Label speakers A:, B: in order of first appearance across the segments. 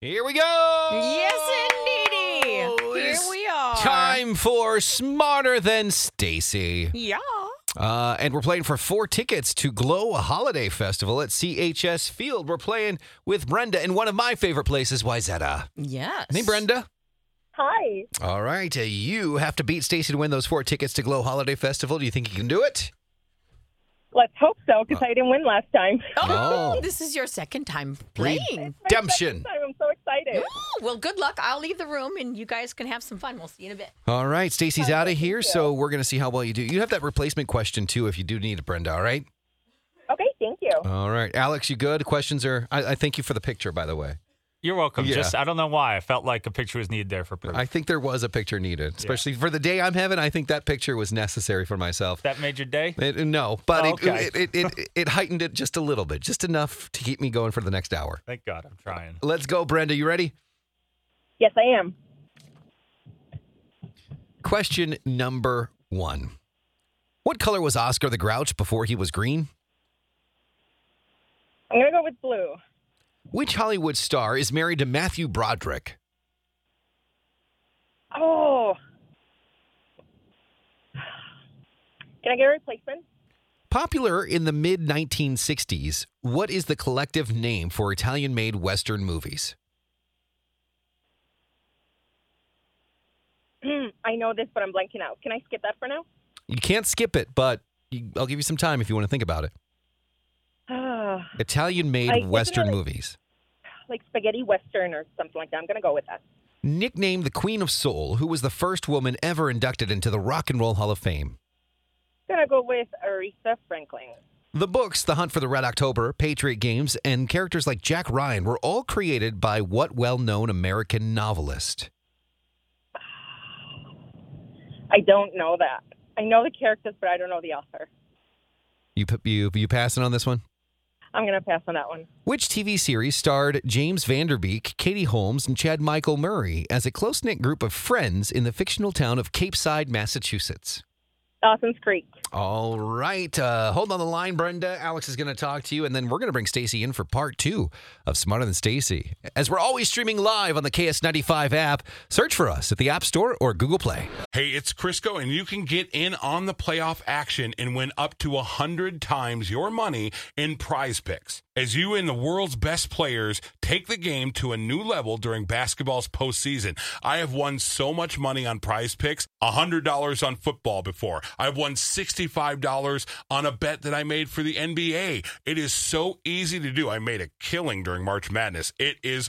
A: Here we go.
B: Yes, indeedy. Here
A: It's
B: we are.
A: Time for Smarter Than Stacy.
B: Yeah.
A: Uh, and we're playing for four tickets to Glow a Holiday Festival at CHS Field. We're playing with Brenda in one of my favorite places, Wyzetta.
B: Yes.
A: uh? Hey, Brenda.
C: Hi.
A: All right. Uh, you have to beat Stacy to win those four tickets to Glow Holiday Festival. Do you think you can do it?
C: Let's hope so, because I didn't win last time.
B: Oh,
A: Oh.
B: this is your second time playing.
A: Redemption.
C: My second time, I'm so excited.
B: Oh, well, good luck. I'll leave the room and you guys can have some fun. We'll see you in a bit.
A: All right. Stacy's out of here, so we're going to see how well you do. You have that replacement question, too, if you do need it, Brenda. All right.
C: Okay, thank you.
A: All right. Alex, you good? Questions are. I, I thank you for the picture, by the way.
D: You're welcome.
A: Yeah.
D: Just I don't know why I felt like a picture was needed there for proof.
A: I think there was a picture needed, especially for the day I'm having. I think that picture was necessary for myself.
D: that made your day.
A: It- uh, no, but
D: Oh,
A: it-
D: okay.
A: it, it, it, it, heightened it just a little bit, just enough to keep me going for the next hour.
D: Thank God, I'm trying.
A: Let's go, Brenda. You ready?
C: Yes, I am.
A: Question number one What color was Oscar the Grouch before he was green?
C: I'm going to go with blue.
A: Which Hollywood star is married to Matthew Broderick?
C: Oh. Can I get a replacement?
A: Popular in the mid 1960s, what is the collective name for Italian made Western movies?
C: I know this, but I'm blanking out. Can I skip that for now?
A: You can't skip it, but you, I'll give you some time if you want to think about it.
C: Ah,
A: Italian
C: I-
A: made
C: isn't
A: Western
C: it-
A: movies.
C: like spaghetti western or something like that. I'm going to go with that.
A: Nicknamed the Queen of Soul, who was the first woman ever inducted into the Rock and Roll Hall of Fame.
C: I'm going to go with Aretha Franklin.
A: The books, The Hunt for the Red October, Patriot Games, and characters like Jack Ryan were all created by what well known American novelist?
C: I don't know that. I know the characters, but I don't know the author.
A: You, p- you, you passing on this one?
C: I'm going to pass on that one.
A: Which TV series starred James Vanderbeek, Katie Holmes, and Chad Michael Murray as a close knit group of friends in the fictional town of Cape Side, Massachusetts?
C: Dawson's Creek.
A: All right. Uh, hold on the line, Brenda. Alex is going to talk to you, and then we're going to bring Stacy in for part two of Smarter Than Stacy. As we're always streaming live on the KS95 app, search for us at the App Store or Google Play.
E: Hey, it's Crisco, and you can get in on the playoff action and win up to 100 times your money in prize picks. As you and the world's best players take the game to a new level during basketball's postseason, I have won so much money on prize picks $100 on football before. I've won $65 on a bet that I made for the NBA. It is so easy to do. I made a killing during March Madness. It is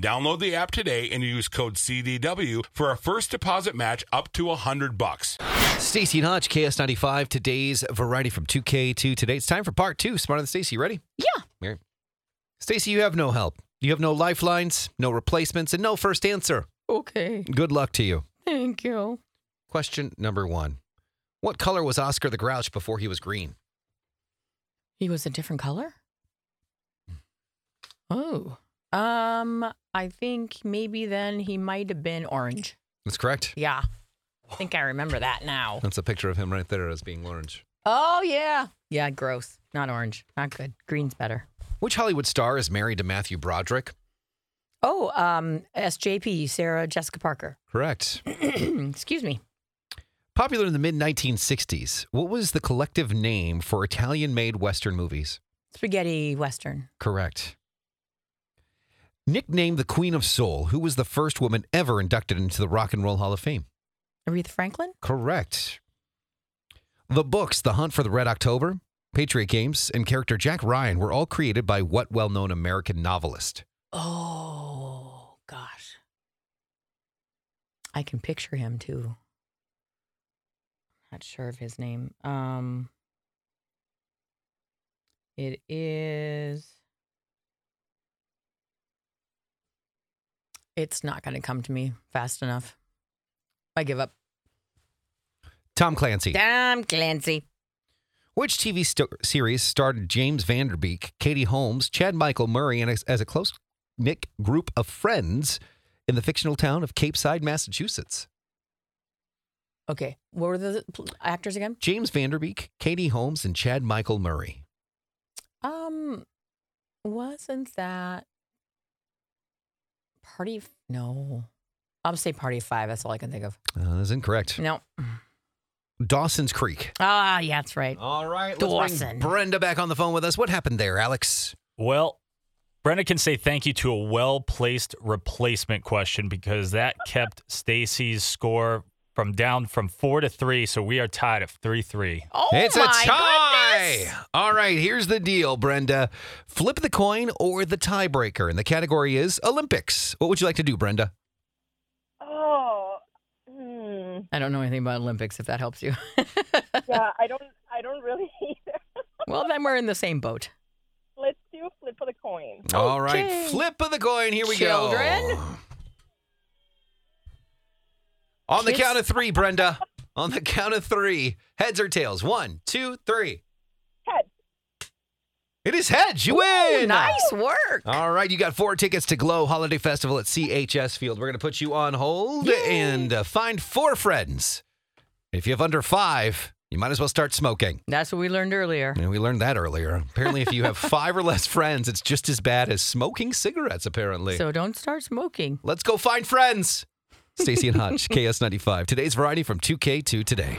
E: download the app today and use code CDW for a first deposit match up to 100 bucks.
A: Stacy and Hutch, KS95, today's variety from 2K to today. It's time for part two. Smarter Than Stacy, you ready?
B: Yeah.
A: All right. Stacy, you have no help. You have no lifelines, no replacements, and no first answer.
B: Okay.
A: Good luck to you.
B: Thank you.
A: Question number one What color was Oscar the Grouch before he was green?
B: He was a different color? Oh. Um, I think maybe then he might have been orange.
A: That's correct.
B: Yeah. I think I remember that now.
A: That's a picture of him right there as being orange.
B: Oh yeah. Yeah, gross. Not orange. Not good. Green's better.
A: Which Hollywood star is married to Matthew Broderick?
B: Oh, um, SJP, Sarah Jessica Parker.
A: Correct.
B: Excuse me.
A: Popular in the mid 1960s, what was the collective name for Italian made Western movies?
B: Spaghetti Western.
A: Correct. Nicknamed the Queen of Soul, who was the first woman ever inducted into the Rock and Roll Hall of Fame?
B: Aretha Franklin?
A: Correct. The books, The Hunt for the Red October, Patriot Games, and character Jack Ryan were all created by what well known American novelist?
B: Oh gosh. I can picture him too. Not sure of his name. Um it is it's not going to come to me fast enough. I give up.
A: Tom Clancy.
B: Damn, Clancy.
A: Which TV sto- series starred James Vanderbeek, Katie Holmes, Chad Michael Murray, and as, as a close knit group of friends in the fictional town of Cape Side, Massachusetts?
B: Okay, what were the pl- actors again?
A: James Vanderbeek, Katie Holmes, and Chad Michael Murray.
B: Um, wasn't that party? F- No, I'll say party five. That's all I can think of.
A: Uh, that's incorrect.
B: No.
A: Dawson's Creek.
B: Ah, yeah, that's right.
A: All right, let's bring
B: Dawson.
A: Brenda back on the phone with us. What happened there, Alex?
D: Well, Brenda can say thank you to a well placed replacement question because that kept Stacy's score from down from four to three. So we are tied at three three.
B: Oh
A: it's a
B: my
A: tie.
B: goodness!
A: All right, here's the deal, Brenda. Flip the coin or the tiebreaker, and the category is Olympics. What would you like to do, Brenda?
C: Oh, hmm.
B: I don't know anything about Olympics. If that helps you.
C: yeah. I don't. I don't really either.
B: well, then we're in the same boat.
C: Let's do a flip of the coin.
A: All right,
B: Okay.
A: flip of the coin. Here we go.
B: Children?
A: On the
B: Kids?
A: count of three, Brenda. On the count of three, heads or tails. One, two, three.
C: Head.
A: It is heads. You win.
B: Nice work.
A: All right, you got four tickets to Glow Holiday Festival at CHS Field. We're going to put you on hold and uh, find four friends. If you have under five, you might as well start smoking.
B: That's what we learned earlier.
A: And we learned that earlier. Apparently, if you have five or less friends, it's just as bad as smoking cigarettes, apparently.
B: So don't start smoking.
A: Let's go find friends. Stacey and Hodge, KS95. Today's variety from 2K to today.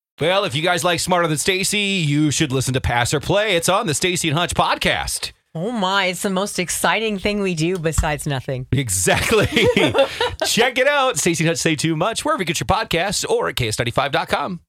A: Well, if you guys like Smarter Than Stacy, you should listen to Pass or Play. It's on the Stacy and Hodge podcast.
B: Oh my, it's the most exciting thing we do besides nothing.
A: Exactly. Check it out. Stacy and Hutch say too much, wherever you get your podcasts or at ks95.com.